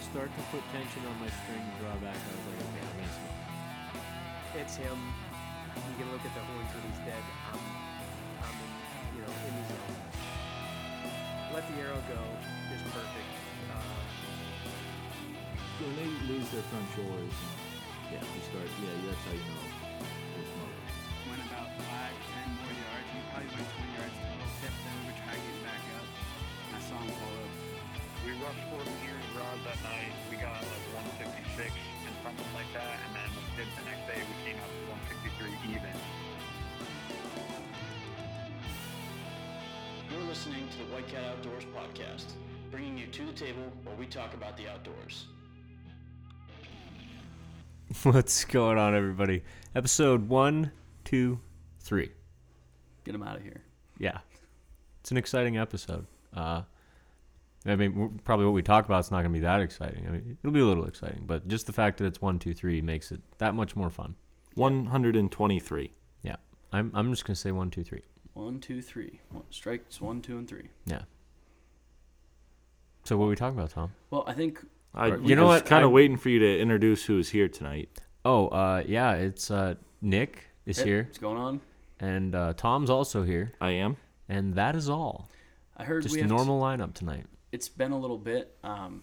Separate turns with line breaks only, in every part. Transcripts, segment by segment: start to put tension on my string drawback, I was like, okay, I'm gonna smoke.
It's him. You can look at the horns when he's dead. I'm, I'm in, you know, in the zone. Let the arrow go is perfect. Uh,
When they lose their front shoulders, yeah, you start. Yeah, that's how you know they're smokers.
Went about five, ten more yards. We probably went 20 yards to the tip. Then we were trying to get back up. I saw him fall up.
We rushed 40 years rounds that night. We got like 156 and something like that. And then did the next day, we came up to 163 even.
You're listening to the White Cat Outdoors podcast, bringing you to the table where we talk about the outdoors.
What's going on, everybody? Episode one, two, three.
Get him out of here.
Yeah, it's an exciting episode. Uh, I mean, w- probably what we talk about is not going to be that exciting. I mean, it'll be a little exciting, but just the fact that it's one, two, three makes it that much more fun.
123.
Yeah, I'm I'm just gonna say one, two, three.
One, two, three. One, strikes one, two, and three.
Yeah. So what are we talking about, Tom?
Well, I think
I,
Right.
you know what? Kind of waiting for you to introduce who is here tonight.
Oh, uh, yeah, it's uh, Nick is
Hey,
here,
What's going on?
and uh, Tom's also here,
I am.
and that is all.
I heard
Just
we
a
have to-
normal lineup tonight.
it's been a little bit. Um,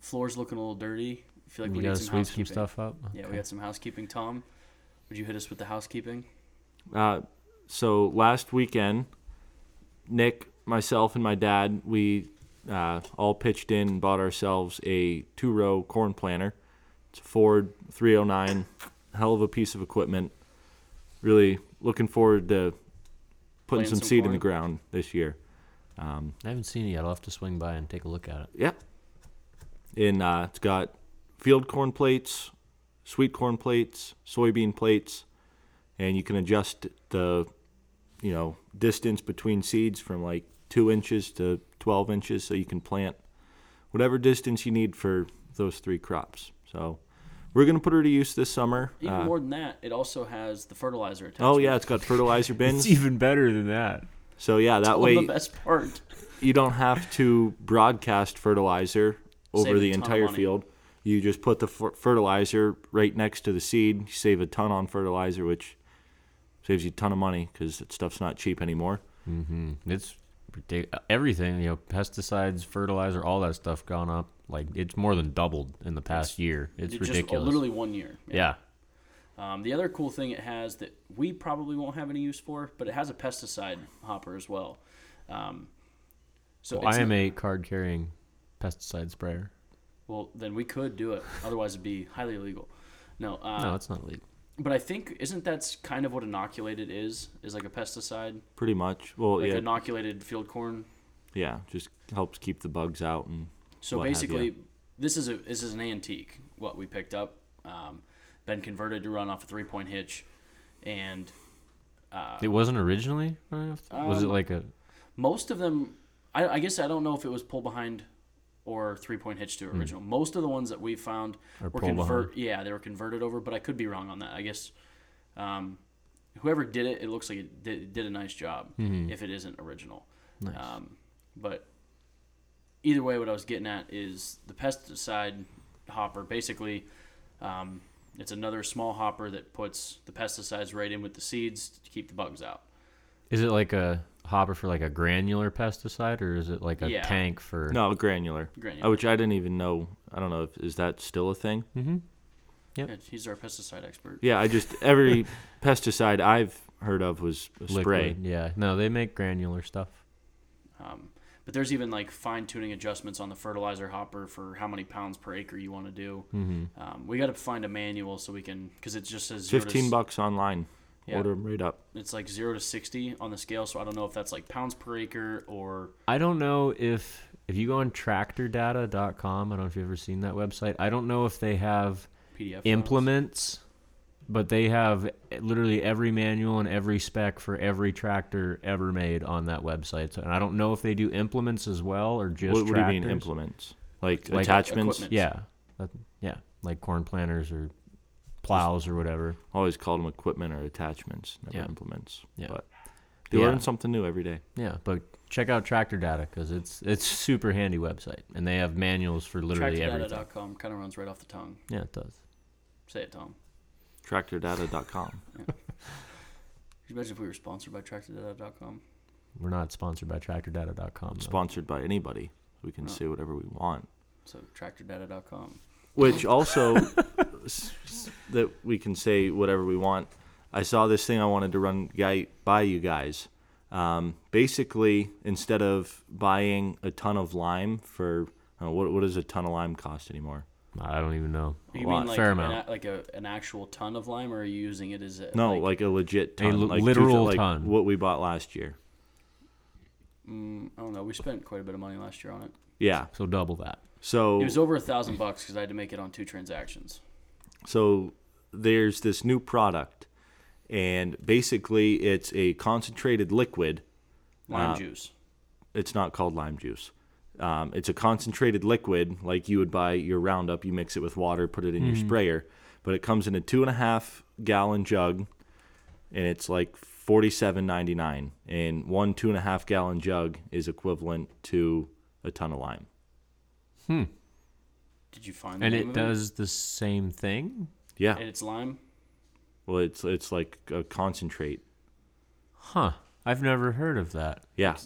floor's looking a little dirty. I feel like
you
we
gotta
need some
sweep some
housekeeping.
stuff up.
Yeah, we
Okay.
got some housekeeping. Tom, would you hit us with the housekeeping?
Uh, so last weekend, Nick, myself, and my dad, we uh, all pitched in and bought ourselves a two row corn planter. It's a Ford 309, hell of a piece of equipment. Really looking forward to putting
Plant
some,
some
seed in
corn.
the ground this year. Um,
I haven't seen it yet. I'll have to swing by and take a look at it.
Yeah. And uh, it's got field corn plates, sweet corn plates, soybean plates, and you can adjust the, you know, distance between seeds from like two inches to 12 inches, so you can plant whatever distance you need for those three crops. So we're gonna put her to use this summer.
Even
Uh,
more than that, it also has the fertilizer attached.
oh yeah, it's got fertilizer
It's
bins.
even better than that.
So yeah, that
Well,
way
the best part.
you don't have to broadcast fertilizer over
Save a
the
ton of
entire
money.
field. You just put the fer- fertilizer right next to the seed. You save a ton on fertilizer, which saves you a ton of money because that stuff's not cheap anymore.
It's ridiculous. Everything, you know, pesticides, fertilizer, all that stuff gone up. Like it's more than doubled in the past year. It's
It's
ridiculous.
just oh, literally one year.
yeah.
Um, the other cool thing it has that we probably won't have any use for, but it has a pesticide hopper as well. Um, so
Well, I
it's
am
not-
a card carrying pesticide sprayer.
well, then we could do it. Otherwise, it'd be highly illegal. No, uh,
No, it's not legal.
but I think isn't that's kind of what inoculated is? Is like a pesticide,
Pretty much. Well,
like
yeah,
inoculated field corn.
yeah, just helps keep the bugs out and
So
what have ya.
basically, this is a this is an antique what we picked up. Um, been converted to run off a three point hitch, and uh,
It wasn't originally. running off the-
Um,
was it like a?
most of them I, I guess i don't know if it was pull behind or three point hitch
Hmm.
to original most of the ones that we found
Or
were
pull
convert yeah they were converted over but i could be wrong on that i guess um, whoever did it it looks like it did, did a nice job if it isn't original um, but either way what i was getting at is the pesticide hopper basically um, it's another small hopper that puts the pesticides right in with the seeds to keep the bugs out
Is it like a hopper for like a granular pesticide, or is it like a
Yeah.
tank for?
no granular,
Granular.
Uh, which I didn't even know. I don't know if is that still a thing.
Mm-hmm.
Yeah, he's our pesticide expert
Yeah, I just every pesticide I've heard of was a
liquid.
spray.
Yeah. No, they make granular stuff.
Um, but there's even like fine tuning adjustments on the fertilizer hopper for how many pounds per acre you want to do. Mm-hmm. Um, we got to find a manual so we can because it just says zero to
Fifteen
s-
bucks online.
Yeah.
Order 'em right up.
It's like zero to sixty on the scale, so I don't know if that's like pounds per acre or
I don't know if if you go on tractordata.com, I don't know if you've ever seen that website. I don't know if they have
PDF. files.
implements, but they have literally every manual and every spec for every tractor ever made on that website. So, and I don't know if they do implements as well or just
What, what do you mean
tractors.
implements? Like,
Like
attachments?
equipment.
Yeah, That- yeah, like corn planters or plows or whatever.
Always called them equipment or attachments, never
Yeah.
implements.
Yeah.
But You
Yeah.
learn something new every day.
Yeah, but check out Tractor Data because it's it's super handy website, and they have manuals for literally everything.
TractorData.com kind of runs right off the tongue.
Yeah, it does.
Say it, Tom.
TractorData.com.
Could you imagine if we were sponsored by TractorData.com?
We're not sponsored by TractorData.com. though.
Sponsored by anybody. We can say whatever we want.
So TractorData.com.
Which also s- s- that we can say whatever we want. I saw this thing I wanted to run guy by you guys. Um, basically, instead of buying a ton of lime for uh, what, what does a ton of lime cost anymore?
I don't even know.
You
lot.
mean like
Fair
an,
amount.
a- like a, an actual ton of lime, or are you using it as a,
No,
like,
like, a legit
A
ton,
l-
like two-
literal
like
ton.
What we bought last year.
I don't know. We spent quite a bit of money last year on it.
Yeah.
So double that.
So
It was over a thousand bucks because I had to make it on two transactions.
So there's this new product, and basically it's a concentrated liquid.
Lime
Uh,
juice.
It's not called lime juice. Um, it's a concentrated liquid, like you would buy your Roundup. You mix it with water, put it in
Mm.
your sprayer, but it comes in a two and a half gallon jug, and it's like forty-seven ninety-nine. And one two and a half gallon jug is equivalent to a ton of lime.
Did you find the
And
name
it
of
does the same thing.
Yeah.
And it's lime.
Well, it's it's like a concentrate.
Huh. I've never heard of that.
Yeah.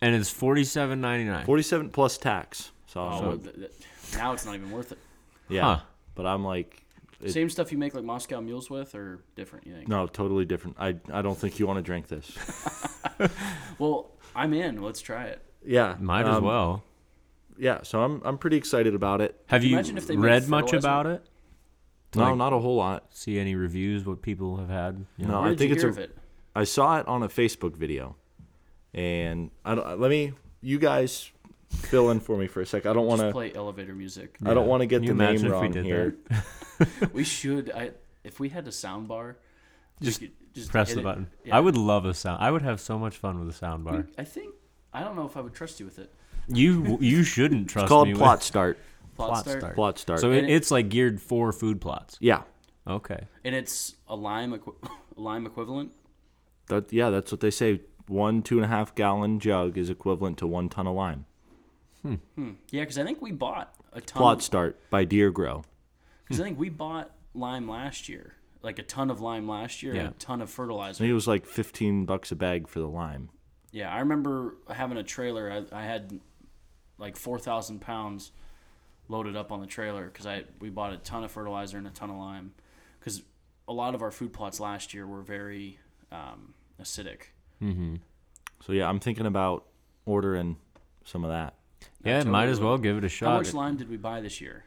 And it's forty seven ninety nine.
Forty-seven plus tax. So,
Oh, well, th- th- now it's not even worth it.
yeah.
Huh.
But I'm like, It-
Same stuff you make like Moscow mules with, or different? You think?
No, totally different. I I don't think you want to drink this.
Well, I'm in. Let's try it.
Yeah,
Might as
um,
well.
Yeah, so I'm I'm pretty excited about it.
Have you
imagine if they made
read much
fertilizer?
about it?
No,
Like-
not a whole lot.
See any reviews? What people have had? You know?
No,
Where
I
did
think
you
it's
hear
a. I
of it?
saw it on a Facebook video, and I don't. Let me. You guys fill in for me for a sec. I don't want
Just
to.
play elevator music.
I don't want to get
Can
the
you
name
imagine if we
wrong
did
here.
We should. I if we had a sound bar, we
Just
could just
Press
hit
the
it.
button.
Yeah.
I would love a sound. I would have so much fun with a sound bar.
I think I don't know if I would trust you with it.
You you shouldn't trust
It's called
me with-
plot start.
Plot,
Plot
start.
Start.
Plot start.
So it,
And it-
it's like geared for food plots.
yeah,
Okay.
and it's a lime equi- lime equivalent.
that yeah, that's what they say. One two and a half gallon jug is equivalent to one ton of lime.
Yeah, because I think we bought a ton.
Plot start by Deer Grow.
Because I think we bought lime last year, like a ton of lime last year,
Yeah.
and a ton of
I
fertilizer.
think it was like fifteen bucks a bag for the lime.
Yeah, I remember having a trailer. I, I had like four thousand pounds loaded up on the trailer because I we bought a ton of fertilizer and a ton of lime because a lot of our food plots last year were very um, acidic.
So yeah, I'm thinking about ordering some of that.
Yeah, might as
totally.
well give it a
How
shot.
much lime did we buy this year?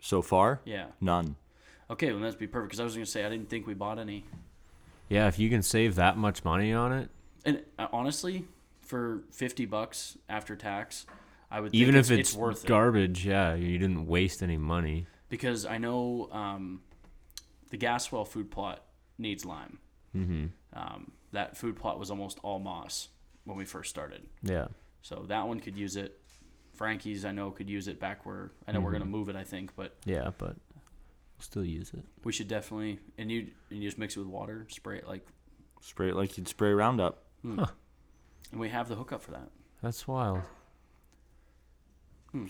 So far,
Yeah.
none.
Okay, well that'd be perfect because I was gonna say I didn't think we bought any.
yeah, if you can save that much money on it,
And uh, honestly, for fifty bucks after tax, I would think
even if it's,
it's, worth it.
garbage, yeah, you didn't waste any money.
because I know um, the Gaswell food plot needs lime. Mm-hmm. Um, that food plot was almost all moss when we first started,
Yeah.
so that one could use it. Frankie's I know could use it back where I know we're gonna move it. I think, but
Yeah, but still use it.
we should definitely and you and you just mix it with water, spray it like,
Spray it like you'd spray Roundup.
and we have the hookup for that.
That's wild.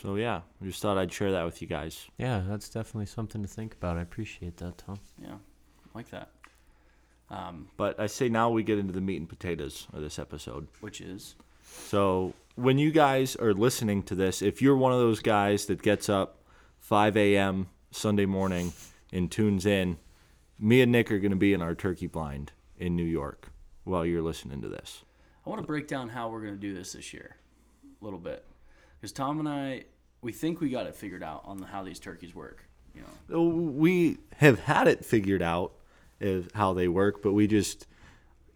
So yeah, I just thought I'd share that with you guys.
Yeah, that's definitely something to think about. I appreciate that, Tom.
Yeah, like that. Um,
But I say now we get into the meat and potatoes of this episode.
which is
So when you guys are listening to this, if you're one of those guys that gets up 5 a.m. Sunday morning and tunes in, me and Nick are going to be in our turkey blind in New York while you're listening to this.
I want to break down how we're going to do this this year a little bit. Because Tom and I, we think we got it figured out on how these turkeys work. You know,
we have had it figured out of how they work, but we just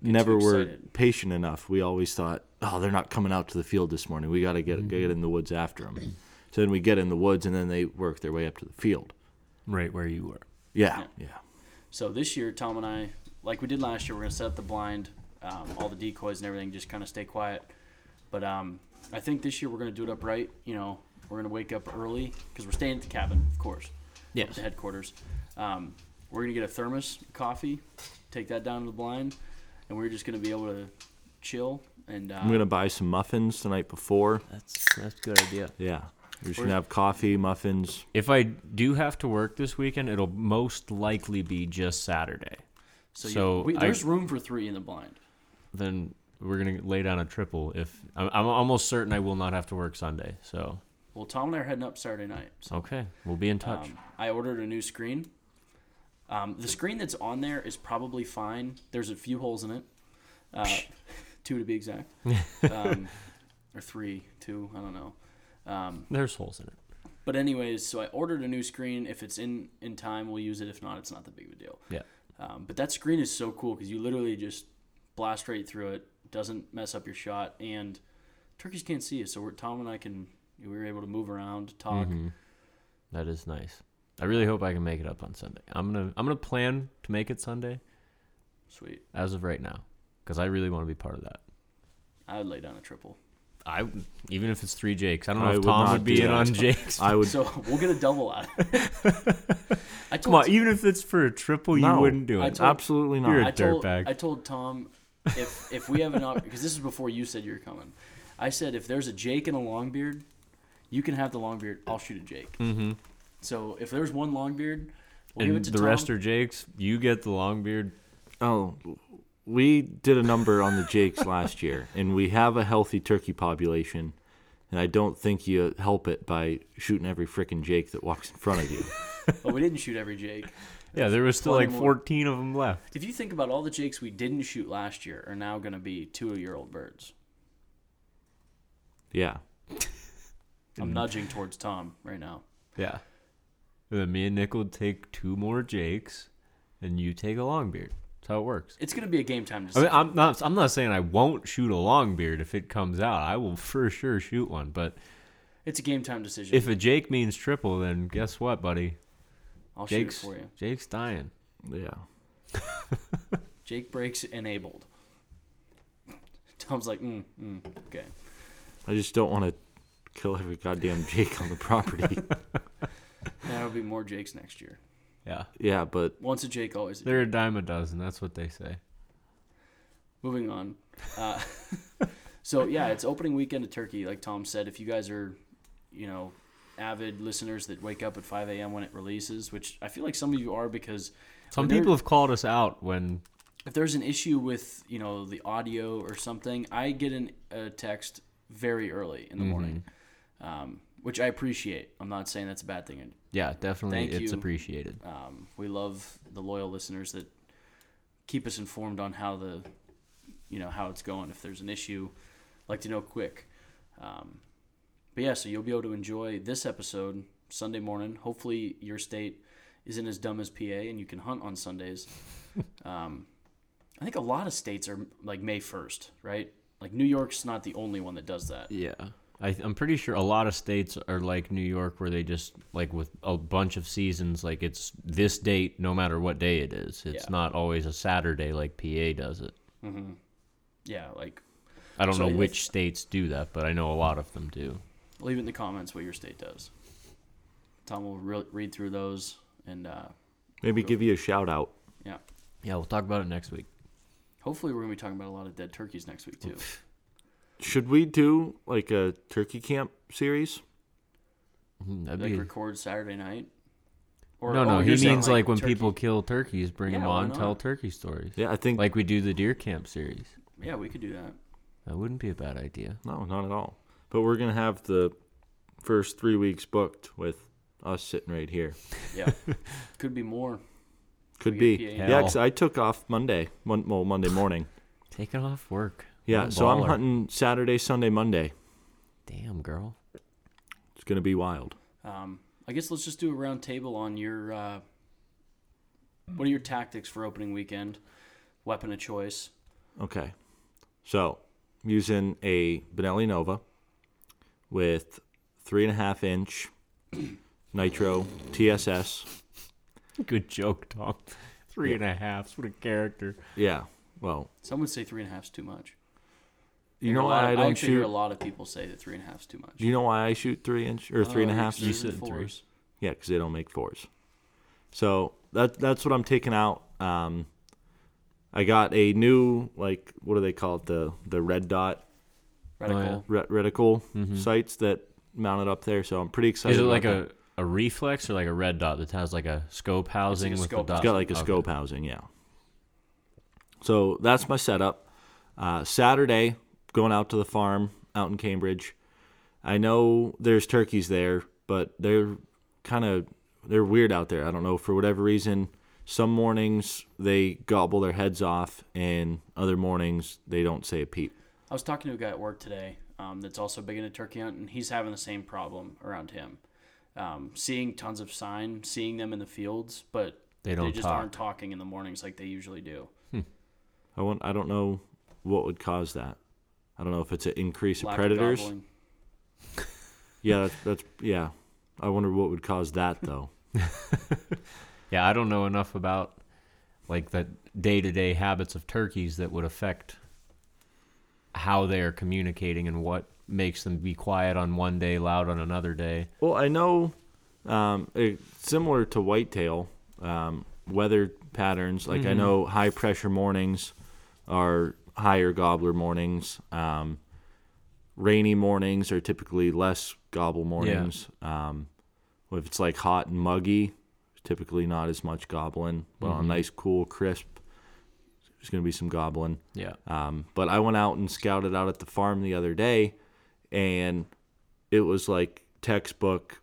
never
too
were
excited.
patient enough. We always thought, oh, they're not coming out to the field this morning. We got to get
Mm-hmm.
get in the woods after them. So then we get in the woods, and then they work their way up to the field.
Right where you were.
Yeah, yeah,
so this year, Tom and I, like we did last year, we're going to set up the blind, um, all the decoys and everything, just kind of stay quiet. But um, I think this year we're going to do it up right. You know, we're going to wake up early because we're staying at the cabin, of course.
Yes.
At the headquarters. Um, we're going to get a thermos coffee, take that down to the blind, and we're just going to be able to chill and uh,
I'm gonna buy some muffins the night before.
That's that's a good idea.
Yeah, we're just gonna have coffee, muffins.
If I do have to work this weekend, it'll most likely be just Saturday.
so,
so
you, we,
I-
there's room for three in the blind.
Then we're gonna lay down a triple. If I'm, I'm almost certain I will not have to work Sunday. So
Well, Tom and I are heading up Saturday night. So
okay, we'll be in touch.
um, I ordered a new screen. Um, the screen that's on there is probably fine. There's a few holes in it, uh, two to be exact, um, or three, two. I don't know. Um,
There's holes in it.
but anyways, so I ordered a new screen. If it's in in time, we'll use it. If not, it's not that big of a deal.
Yeah.
Um, but that screen is so cool because you literally just blast right through it, doesn't mess up your shot, and turkeys can't see you. So we're, Tom and I can we were able to move around, talk.
Mm-hmm. That is nice. I really hope I can make it up on Sunday. I'm gonna I'm gonna plan to make it Sunday
Sweet.
as of right now, because I really want to be part of that.
I would lay down a triple.
I even if it's three Jakes, I don't know
I
if
would
Tom
not
would be
do
in
that.
on Jakes.
I would.
So we'll get a double out of it. I
Come on,
told,
even if it's for a triple,
No.
you wouldn't do
I
it.
told-
absolutely not.
You're a
I told,
dirtbag.
I told Tom if if we have an op- because this is before you said you were coming. I said if there's a Jake and a Longbeard, you can have the Longbeard. I'll shoot a Jake. Mm-hmm. So if there's one Longbeard, we'll
and
give it to
the
Tom.
rest are Jakes. You get the long beard.
Oh, we did a number on the Jakes last year, and we have a healthy turkey population. And I don't think you help it by shooting every frickin' Jake that walks in front of you.
But we didn't shoot every Jake.
Yeah, there was still
plenty
like
more.
14 of them left.
If you think about all the Jakes we didn't shoot last year are now going to be two year old birds.
Yeah.
Mm.
I'm nudging towards Tom right now.
Yeah. And then me and Nick will take two more Jakes, and you take a long beard. That's how it works.
It's going to be a game time
I
decision.
mean, I'm not. I'm not saying I won't shoot a long beard if it comes out. I will for sure shoot one. But
it's a game time decision.
if a Jake means triple, then guess what, buddy?
I'll
Jake's
shoot it for you.
Jake's dying.
Yeah.
Jake breaks enabled. Tom's like, mm, mm, okay.
I just don't want to kill every goddamn Jake on the property.
That'll be more Jakes next year.
Yeah,
yeah, but
Once a Jake, always a Jake.
they're a dime a dozen. That's what they say.
Moving on. Uh, so yeah, it's opening weekend of Turkey. Like Tom said, if you guys are, you know, avid listeners that wake up at 5 a.m. when it releases, which I feel like some of you are because
Some
when there-
people have called us out when
if there's an issue with you know the audio or something, I get an, a text very early
Mm-hmm.
in the morning, um, which I appreciate. I'm not saying that's a bad thing.
Yeah, definitely.
Thank
it's
you.
appreciated.
Um, we love the loyal listeners that keep us informed on how the you know how it's going. If there's an issue, like to know quick. Um, but yeah, so you'll be able to enjoy this episode Sunday morning. Hopefully, your state isn't as dumb as PA, and you can hunt on Sundays. um, I think a lot of states are like May first, right? Like New York's not the only one that does that.
Yeah. I, I'm pretty sure a lot of states are like New York, where they just like with a bunch of seasons, like it's this date no matter what day it is. It's
Yeah.
not always a Saturday like PA does it.
Mm-hmm. Yeah, like
I don't
So
know
if-
which states do that, but I know a lot of them do.
leave it in the comments what your state does. Tom will re- read through those and uh,
maybe give you a shout out.
yeah.
Yeah, we'll talk about it next week.
Hopefully, we're gonna be talking about a lot of dead turkeys next week too.
Should we do like a turkey camp series?
Mhm, That'd
like
be-
record Saturday night. Or,
no,
oh,
no.
you're
He
saying,
means like, when
turkey-
people kill turkeys, bring
Yeah,
them
why
on, tell
not?
turkey stories.
Yeah, I think
Like we do the deer camp series.
Yeah, we could do that.
That wouldn't be a bad idea.
No, not at all. But we're gonna have the first three weeks booked with us sitting right here.
Yeah, could be more.
Could
We
be.
get
Oh, Yeah,
PA.
'cause I took off Monday, mon- well, Monday morning.
Taking off work.
Yeah,
What a
so I'm
baller.
hunting Saturday, Sunday, Monday.
Damn, girl.
It's gonna be wild.
Um, I guess let's just do a round table on your. Uh, what are your tactics for opening weekend? Weapon of choice.
Okay, so I'm using a Benelli Nova with three and a half inch nitro TSS.
Good joke, Tom. Three and a half. What a character.
Yeah, well,
Some would say three and a half's too much.
you know
a lot
why I
of-
don't
actually hear a
shoot.
lot of people say that three and a half's too much. Uh,
Do you know why I shoot three inch
Oh,
or three and a half?
You said
three.
fours.
Yeah, because they don't make fours. So that that's what I'm taking out. Um, I got a new like what do they call it the the red dot
Reticle.
yeah.
re- reticle sights that mounted up there. So I'm pretty excited.
Mm-hmm. Is it
about
like
that.
a, a reflex or like a red dot that has like a scope housing
a
with
scope.
the
It's
It's
dot?
got like a
Okay.
scope housing, yeah. So that's my setup. Uh, Saturday, going out to the farm out in Cambridge. I know there's turkeys there, but they're kind of they're weird out there. I don't know for whatever reason. Some mornings they gobble their heads off, and other mornings they don't say a peep.
I was talking to a guy at work today um, that's also big into turkey hunt, and he's having the same problem around him. Um, seeing tons of sign, seeing them in the fields, but
They don't
just
talk.
aren't talking in the mornings like they usually do.
I want. I don't know what would cause that. I don't know if it's an increase of
Lack of
predators.
gobbling.
yeah, that's, that's yeah. I wonder what would cause that though.
Yeah, I don't know enough about like the day to day habits of turkeys that would affect how they are communicating and what makes them be quiet on one day, loud on another day.
Well, I know um, it, similar to whitetail um, weather patterns. Like I know high pressure mornings are higher gobbler mornings. Um, rainy mornings are typically less gobble mornings. Um, if it's like hot and muggy, typically not as much gobbling. But on a nice, cool, crisp, there's going to be some gobbling.
Yeah.
Um, but I went out and scouted out at the farm the other day, and it was like textbook.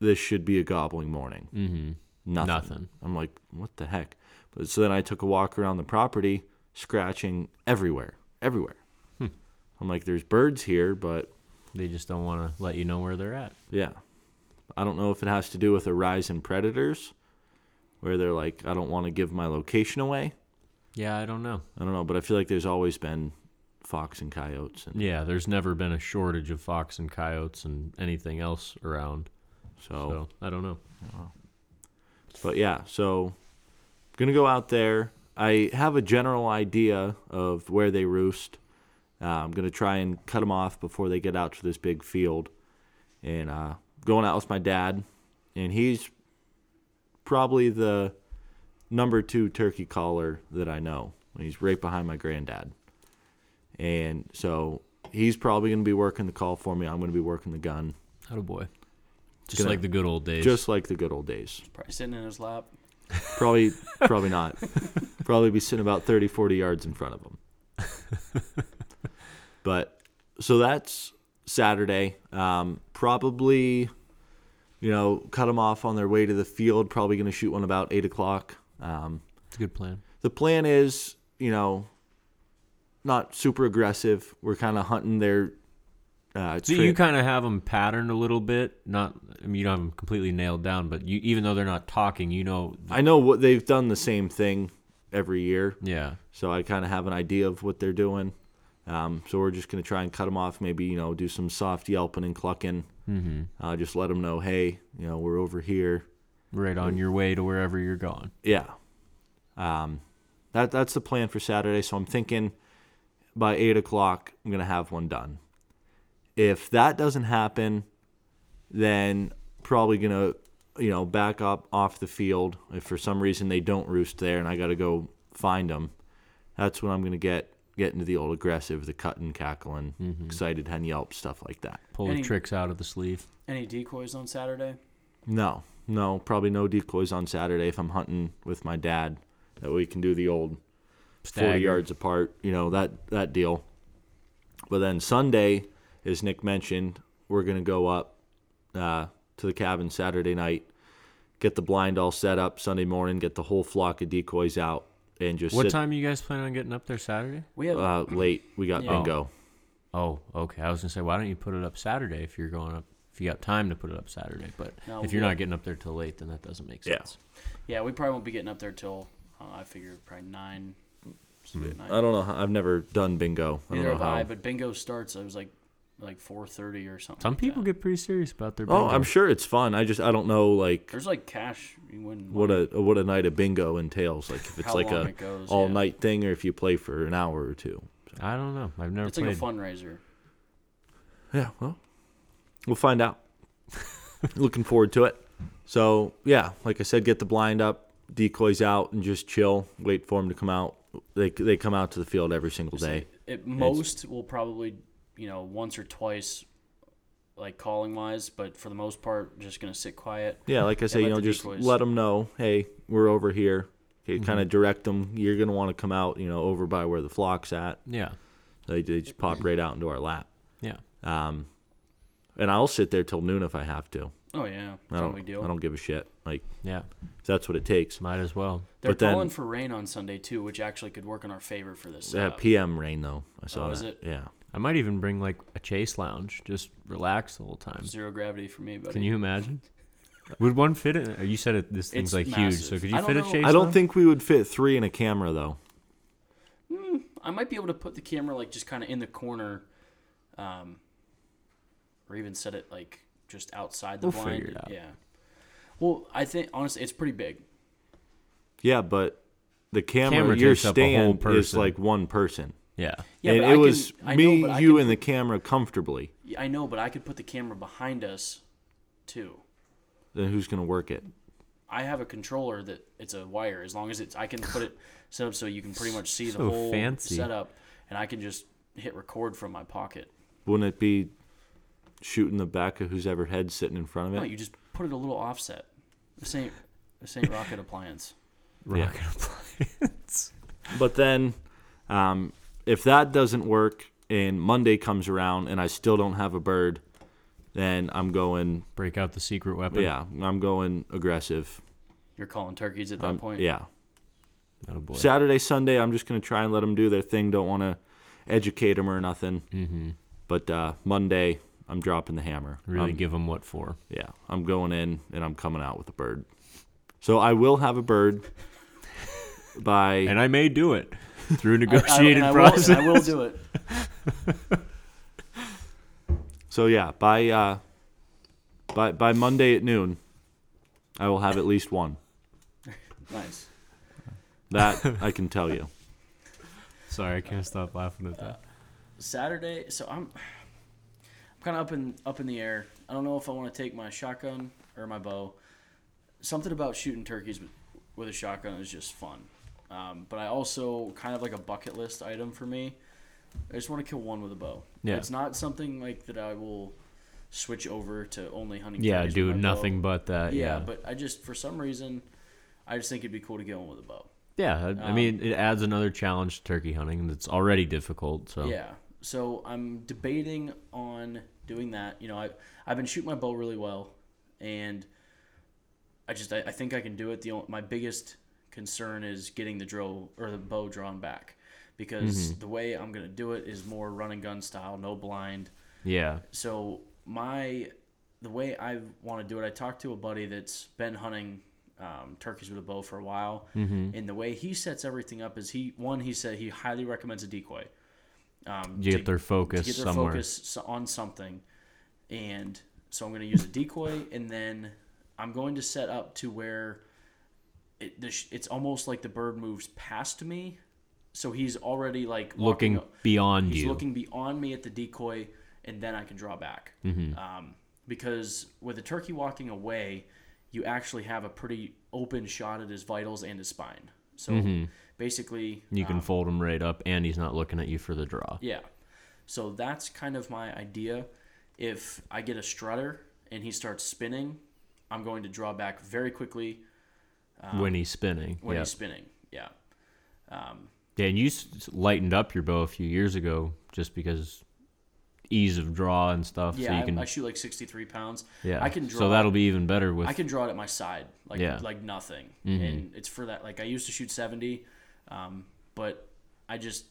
This should be a gobbling morning. Mm-hmm. Nothing.
Nothing.
I'm like, what the heck? But so then I took a walk around the property, scratching everywhere, everywhere.
Hmm.
I'm like, there's birds here, but
They just don't want to let you know where they're at.
yeah, I don't know if it has to do with a rise in predators, where they're like, I don't want to give my location away.
Yeah, I don't know.
I don't know, but I feel like there's always been fox and coyotes and
Yeah, there's never been a shortage of fox and coyotes and anything else around.
Oh.
So I don't know.
But yeah, so gonna go out there. I have a general idea of where they roost. Uh, I'm gonna try and cut them off before they get out to this big field. And uh, going out with my dad, and he's probably the number two turkey caller that I know. He's right behind my granddad, and so he's probably gonna be working the call for me. I'm gonna be working the gun,
How boy. Just
Gonna-
like the good old days.
just like the good old days.
Probably sitting in his lap.
Probably, probably not. probably be sitting about 30, 40 yards in front of them. but so that's Saturday. Um, probably, you know, cut them off on their way to the field. Probably going to shoot one about eight o'clock. Um,
it's a good plan.
the plan is, you know, not super aggressive. We're kind of hunting their. Uh,
So
tra-
you kind of have them patterned a little bit. Not, I mean, you don't have them completely nailed down, but you, even though they're not talking, you know,
I know what they've done the same thing every year.
yeah,
so I kind of have an idea of what they're doing. Um, so we're just gonna try and cut them off. Maybe you know do some soft yelping and clucking. Mm-hmm. Uh, just let them know, hey, you know we're over here.
right on your way to wherever you're going.
Yeah. Um, that that's the plan for Saturday. So I'm thinking by eight o'clock I'm gonna have one done. If that doesn't happen, then probably gonna you know back up off the field. If for some reason they don't roost there and I gotta go find them, that's when I'm gonna get get into the old aggressive, the cutting, cackling, excited hen yelp stuff like that.
Pull
Any-
the tricks out of the sleeve.
Any decoys on Saturday?
No, no, probably no decoys on Saturday if I'm hunting with my dad. That way we can do the old
Stagger.
40 yards apart, you know, that, that deal. But then Sunday, as Nick mentioned, we're going to go up uh, to the cabin Saturday night, get the blind all set up Sunday morning, get the whole flock of decoys out, and just
What
sit
time are you guys planning on getting up there Saturday?
We have
Uh, late. We got
Yeah.
bingo.
Oh, okay. I was gonna say, why don't you put it up Saturday if you're going up? If you got time to put it up Saturday, but
No,
if you're
we-
not getting up there till late, then that doesn't make
Yeah.
sense.
yeah, we probably won't be getting up there till uh, I figure probably nine. so nine.
Hmm. I don't know. How, I've never done bingo. I don't
Neither
know
have
how.
I, but bingo starts. I was like, like four thirty or something.
Some
like
people
that.
get pretty serious about their.
oh,
bingo.
I'm sure it's fun. I just I don't know like
There's like cash you win.
what a what a night of bingo entails. Like if it's
How
like
long
a
it goes, yeah.
all night thing, or if you play for an hour or two.
I don't know. I've never
It's like
played.
a fundraiser.
Yeah, well, we'll find out. Looking forward to it. So yeah, like I said, get the blind up, decoys out, and just chill. Wait for them to come out. They they come out to the field every single day.
At most, we'll probably you know once or twice, like calling wise, but for the most part, just gonna sit quiet.
Yeah, like I say,
let
you know,
the
just let 'em
decoys- Mm-hmm.
let them know, hey, we're over here. Okay, kind of direct them. You're gonna want to come out, you know, over by where the flock's at.
Yeah.
They they just pop
Mm-hmm.
right out into our lap.
Yeah.
Um, and I'll sit there till noon if I have to.
Oh yeah,
I
no
don't.
big deal.
I don't give a shit. Like
Yeah.
if that's what it takes.
Might as well.
They're
but then-
calling for rain on Sunday too, which actually could work in our favor for this. uh,
They have
setup.
PM rain though. I saw
Oh,
that.
is it?
Yeah.
I might even bring like a chase lounge, just relax the whole time.
Zero gravity for me, buddy.
Can you imagine? Would one fit in? You said it, this thing's
It's
like huge, so
massive.
could
I
you
don't
fit a
know-
chase?
I don't
lounge?
think we would fit three in a camera though.
I might be able to put the camera like just kind of in the corner, um, or even set it like just outside the
We'll
blind.
figure it out.
Yeah. Well, I think honestly, it's pretty big.
Yeah, but the camera,
Camera
your
takes up a whole
stand is
person.
like one person.
Yeah.
Yeah,
and
but
it
I can-
was
I know,
me,
but I
you,
can-
and the camera comfortably.
Yeah, I know, but I could put the camera behind us, too.
Then who's gonna work it?
I have a controller that it's a wire. As long as it's, I can put it set up so you can pretty much see the
So
whole
fancy.
setup, and I can just hit record from my pocket.
Wouldn't it be shooting the back of whose ever head sitting in front of it?
No, you just put it a little offset. This ain't this ain't rocket appliance.
Yeah.
Rocket appliance.
But then, um, if that doesn't work and Monday comes around and I still don't have a bird, then I'm going,
Break out the secret weapon.
yeah, I'm going aggressive.
You're calling turkeys at that
Um,
point.
Yeah.
Oh boy.
Saturday, Sunday, I'm just going to try and let them do their thing. Don't want to educate them or nothing. Mm-hmm. But uh, Monday, I'm dropping the hammer.
really
I'm-
give them what for.
Yeah, I'm going in and I'm coming out with a bird. So I will have a bird by.
And I may do it through
I- I- and
negotiated
I will- and
process.
I will do it.
So yeah, by uh, by by Monday at noon, I will have at least one.
Nice.
That I can tell you.
Sorry, I can't stop laughing at that.
Saturday, so I'm I'm kind of up in up in the air. I don't know if I want to take my shotgun or my bow. Something about shooting turkeys with, with a shotgun is just fun. Um, but I also kind of like a bucket list item for me. I just want to kill one with a bow.
Yeah.
It's not something like that I will switch over to only hunting.
Yeah,
turkeys
do
with my
nothing
bow.
but that. Yeah,
yeah, but I just for some reason, I just think it'd be cool to get one with a bow.
yeah. I- I
Um,
mean, it adds another challenge to turkey hunting that's already difficult. So
Yeah. So I'm debating on doing that. You know, I I've been shooting my bow really well, and I just I, I think I can do it. The only, my biggest concern is getting the drill or the bow drawn back, because the way I'm gonna do it is more run and gun style, no blind.
yeah,
So my the way I want to do it, I talked to a buddy that's been hunting um, turkeys with a bow for a while,
Mm-hmm.
and the way he sets everything up is he one he said he highly recommends a decoy. Um,
You get their focus
to get their
somewhere.
focus s- on something, and so I'm going to use a decoy, and then I'm going to set up to where it, the sh- it's almost like the bird moves past me, so he's already like walking
looking
up-
beyond
he's
you.
looking beyond me at the decoy, and then I can draw back.
Mm-hmm.
Um, because with a turkey walking away, you actually have a pretty open shot at his vitals and his spine. So basically,
Mm-hmm. you can
um,
fold him right up, and he's not looking at you for the draw.
yeah. So that's kind of my idea. If I get a strutter and he starts spinning, I'm going to draw back very quickly
when he's spinning.
Um, when
yeah.
he's spinning. Yeah.
yeah, and you s- lightened up your bow a few years ago just because ease of draw and stuff.
Yeah,
so you
I,
can.
I shoot like 63 pounds.
yeah,
I can draw.
So that'll be even better with.
I can draw it at my side, like
Yeah. Mm-hmm.
like nothing, and it's for that. Like I used to shoot seventy, um, but I just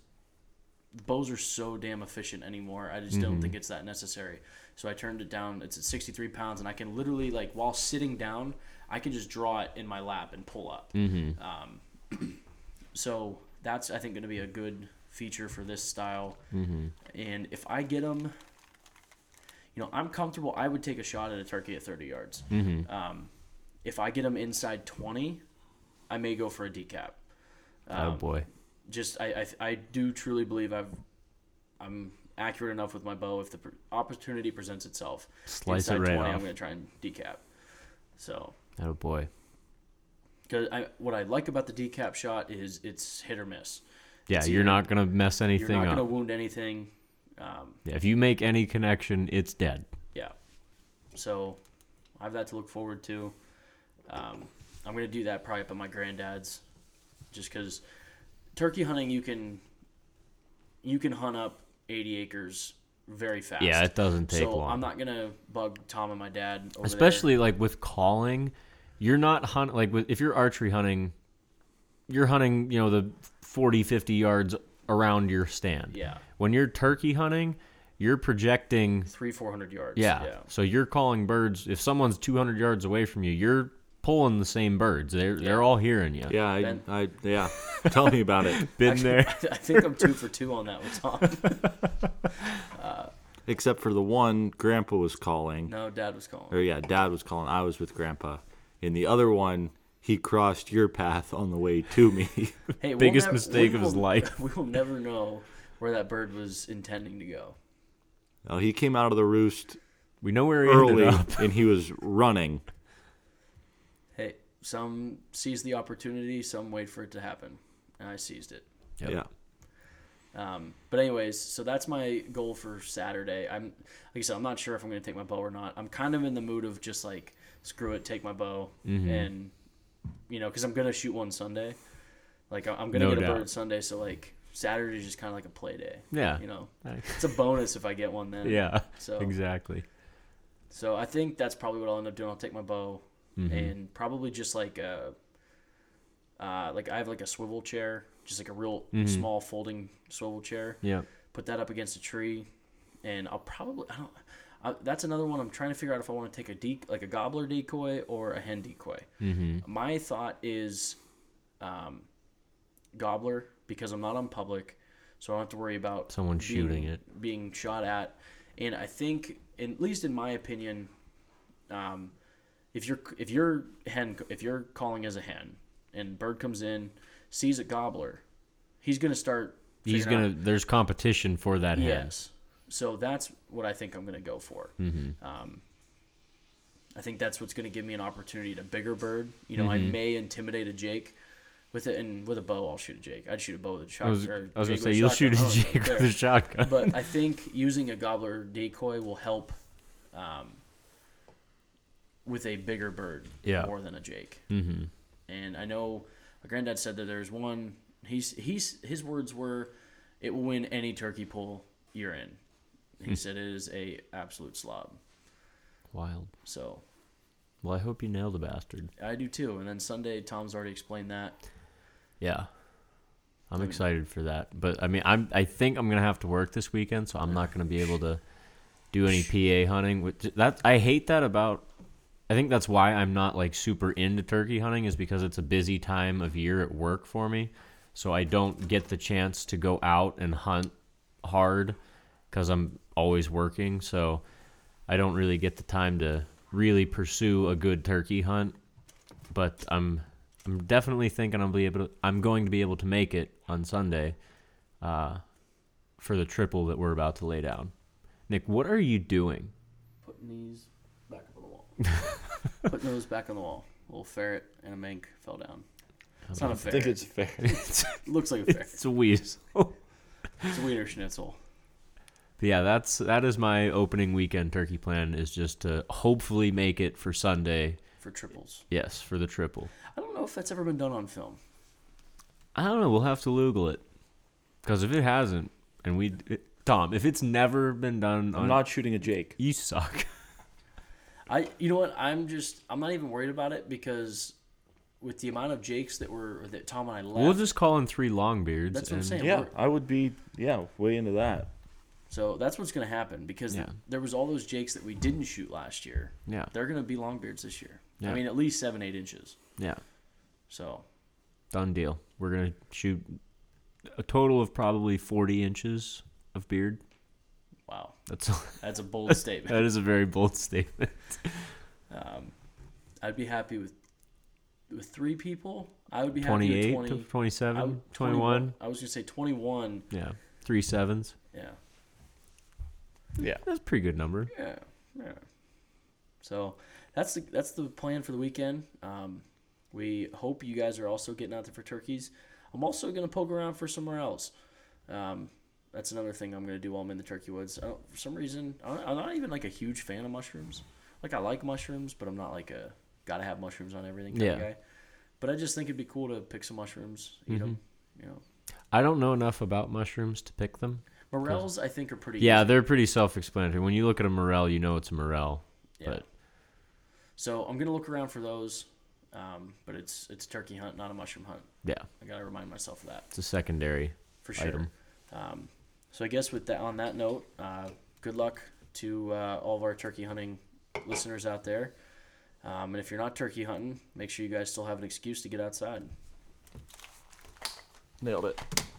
bows are so damn efficient anymore. I just
Mm-hmm.
don't think it's that necessary. So I turned it down. It's at sixty three pounds, and I can literally like while sitting down, I can just draw it in my lap and pull up. Um,
mm-hmm.
so that's I think going to be a good feature for this style.
Mm-hmm.
And if I get them. You know, I'm comfortable. I would take a shot at a turkey at 30 yards
Mm-hmm.
Um, if I get them inside 20, I may go for a decap. Um,
oh boy.
Just I, I, I do truly believe I've I'm accurate enough with my bow. If the pr- opportunity presents itself,
Slice it right
I'm
off.
going to try and decap. So
Oh boy.
because I, what I like about the decap shot is it's hit or miss.
Yeah,
It's
you're
even-
not gonna mess
You're
anything
not going to
up.
wound anything. Um,
Yeah, if you make any connection, it's dead.
yeah. So I have that to look forward to. Um, I'm going to do that probably up at my granddad's just because turkey hunting, you can you can hunt up 80 acres very fast.
Yeah, it doesn't take
so
long.
I'm not going to bug Tom and my dad. Over there.
especially like with calling you're not hunt like with, if you're archery hunting you're hunting you know the 40 50 yards around your stand
Yeah.
when you're turkey hunting you're projecting
three, 400 yards.
yeah. so you're calling birds if someone's 200 yards away from you you're pulling the same birds they're they're all hearing you
Yeah, I,
Ben.
I yeah. Tell me about it.
been there
I think I'm two for two on that one, Tom.
Except for the one Grandpa was calling.
No, Dad was calling.
or yeah, dad was calling. I was with grandpa. In the other one, he crossed your path on the way to me.
Hey, we'll
Biggest
nev-
mistake
we
of his
will-
life.
We will never know where that bird was intending to go.
Uh, he came out of the roost
we know where he
early
ended up
and he was running.
Hey, some seize the opportunity, some wait for it to happen, and I seized it.
Yep.
Yeah.
Um, but anyways, so that's my goal for Saturday. I'm like I said, I'm not sure if I'm going to take my bow or not. I'm kind of in the mood of just like screw it, take my bow,
Mm-hmm.
and you know, because I'm going to shoot one Sunday. Like I- I'm going
No
to get
doubt.
a bird Sunday, so like Saturday's just kind of like a play day.
Yeah.
you know,
Nice.
it's a bonus if I get one then.
yeah
So-
exactly
So I think that's probably what I'll end up doing. I'll take my bow and probably just like a, uh, like I have like a swivel chair, just like a real small folding swivel chair.
yeah
Put that up against a tree, and I'll probably I don't. I, that's another one I'm trying to figure out if I want to take a dec like a gobbler decoy or a hen decoy. Mm-hmm. My thought is, um, gobbler because I'm not on public, so I don't have to worry about
Someone shooting
being-
it.
being shot at. And I think, at least in my opinion, um, if you're if you're hen if you're calling as a hen and bird comes in sees a gobbler, he's gonna start.
he's
figuring
gonna
out-
there's competition for that hand
yes. So that's what I think I'm gonna go for. Mm-hmm. Um, I think that's what's gonna give me an opportunity to bigger bird. You know, I
Mm-hmm.
may intimidate a Jake. With it and with a bow, I'll shoot a Jake. I'd shoot a bow with a
I
shotgun.
was,
or
I was gonna
Jake
say
with
you'll shoot
shotgun.
a
Oh,
jig with
there
a shotgun.
but I think using a gobbler decoy will help um, with a bigger bird
Yeah.
more than a jake. Mm-hmm. And I know my granddad said that there's one. He's he's his words were, "It will win any turkey pull you're in." He said it is a absolute slob.
Wild.
So
Well, I hope you nail the bastard.
I do too. And then Sunday, Tom's already explained that.
Yeah. I'm excited for that. But I mean, I'm I think I'm going to have to work this weekend, so I'm not going to be able to do any PA hunting, which that I hate that about I think that's why I'm not like super into turkey hunting is because it's a busy time of year at work for me. So I don't get the chance to go out and hunt hard cuz I'm always working. So I don't really get the time to really pursue a good turkey hunt but I'm I'm definitely thinking I'll be able to I'm going to be able to make it on Sunday uh, for the triple that we're about to lay down. Nick, what are you doing?
Putting these back up on the wall. Putting those back on the wall. A little ferret and a mink fell down. It's not a ferret.
fair.
looks like a ferret.
It's a weasel.
It's Wiener Schnitzel.
yeah, that's that is my opening weekend turkey plan is just to hopefully make it for Sunday.
for triples.
Yes, for the triple.
I don't know if that's ever been done on film.
I don't know. We'll have to Google it because if it hasn't, and we it- Tom, if it's never been done, on,
I'm not shooting a Jake.
You suck.
I you know what? I'm just I'm not even worried about it because with the amount of Jakes that were that Tom and I left.
We'll just call in three long beards.
that's what I'm
and-
saying. We're-
I would be yeah, way into that.
So that's what's going to happen because
Yeah.
there was all those Jakes that we didn't shoot last year.
Yeah.
They're going to be long beards this year.
Yeah.
I mean, at least seven eight inches.
Yeah.
So
Done deal. We're gonna shoot a total of probably forty inches of beard.
wow,
That's
that's a bold statement.
that is a very bold statement.
I'd be happy with with three people. I would be happy with
28
twenty. I
27
would-
21
I was going to say twenty one.
yeah three sevens
Yeah.
that's a pretty good number
Yeah, yeah. So that's the that's the plan for the weekend. Um, we hope you guys are also getting out there for turkeys. I'm also going to poke around for somewhere else. Um, that's another thing I'm going to do while I'm in the turkey woods. I don't, for some reason, I don't- I'm not even like a huge fan of mushrooms. Like I like mushrooms, but I'm not like a gotta have mushrooms on everything kind of
Yeah.
guy. But I just think it'd be cool to pick some mushrooms, eat them.
Mm-hmm.
You know,
I don't know enough about mushrooms to pick them.
morels I think are pretty.
Yeah,
easy.
they're pretty self-explanatory. When you look at a morel, you know it's a morel.
Yeah.
But
So I'm gonna look around for those, um, but it's it's turkey hunt, not a mushroom hunt.
yeah,
I gotta remind myself of that
it's a secondary.
for sure.
Item.
Um, so I guess with that, on that note, uh, good luck to uh, all of our turkey hunting listeners out there. Um, and if you're not turkey hunting, make sure you guys still have an excuse to get outside.
Nailed it.